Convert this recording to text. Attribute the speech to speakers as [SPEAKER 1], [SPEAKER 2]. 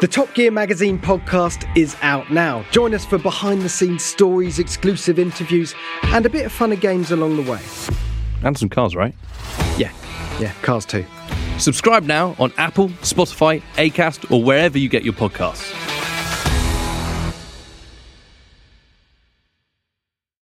[SPEAKER 1] The Top Gear Magazine podcast is out now. Join us for behind the scenes stories, exclusive interviews, and a bit of fun and games along the way.
[SPEAKER 2] And some cars, right?
[SPEAKER 1] Yeah, yeah, cars too.
[SPEAKER 2] Subscribe now on Apple, Spotify, Acast, or wherever you get your podcasts.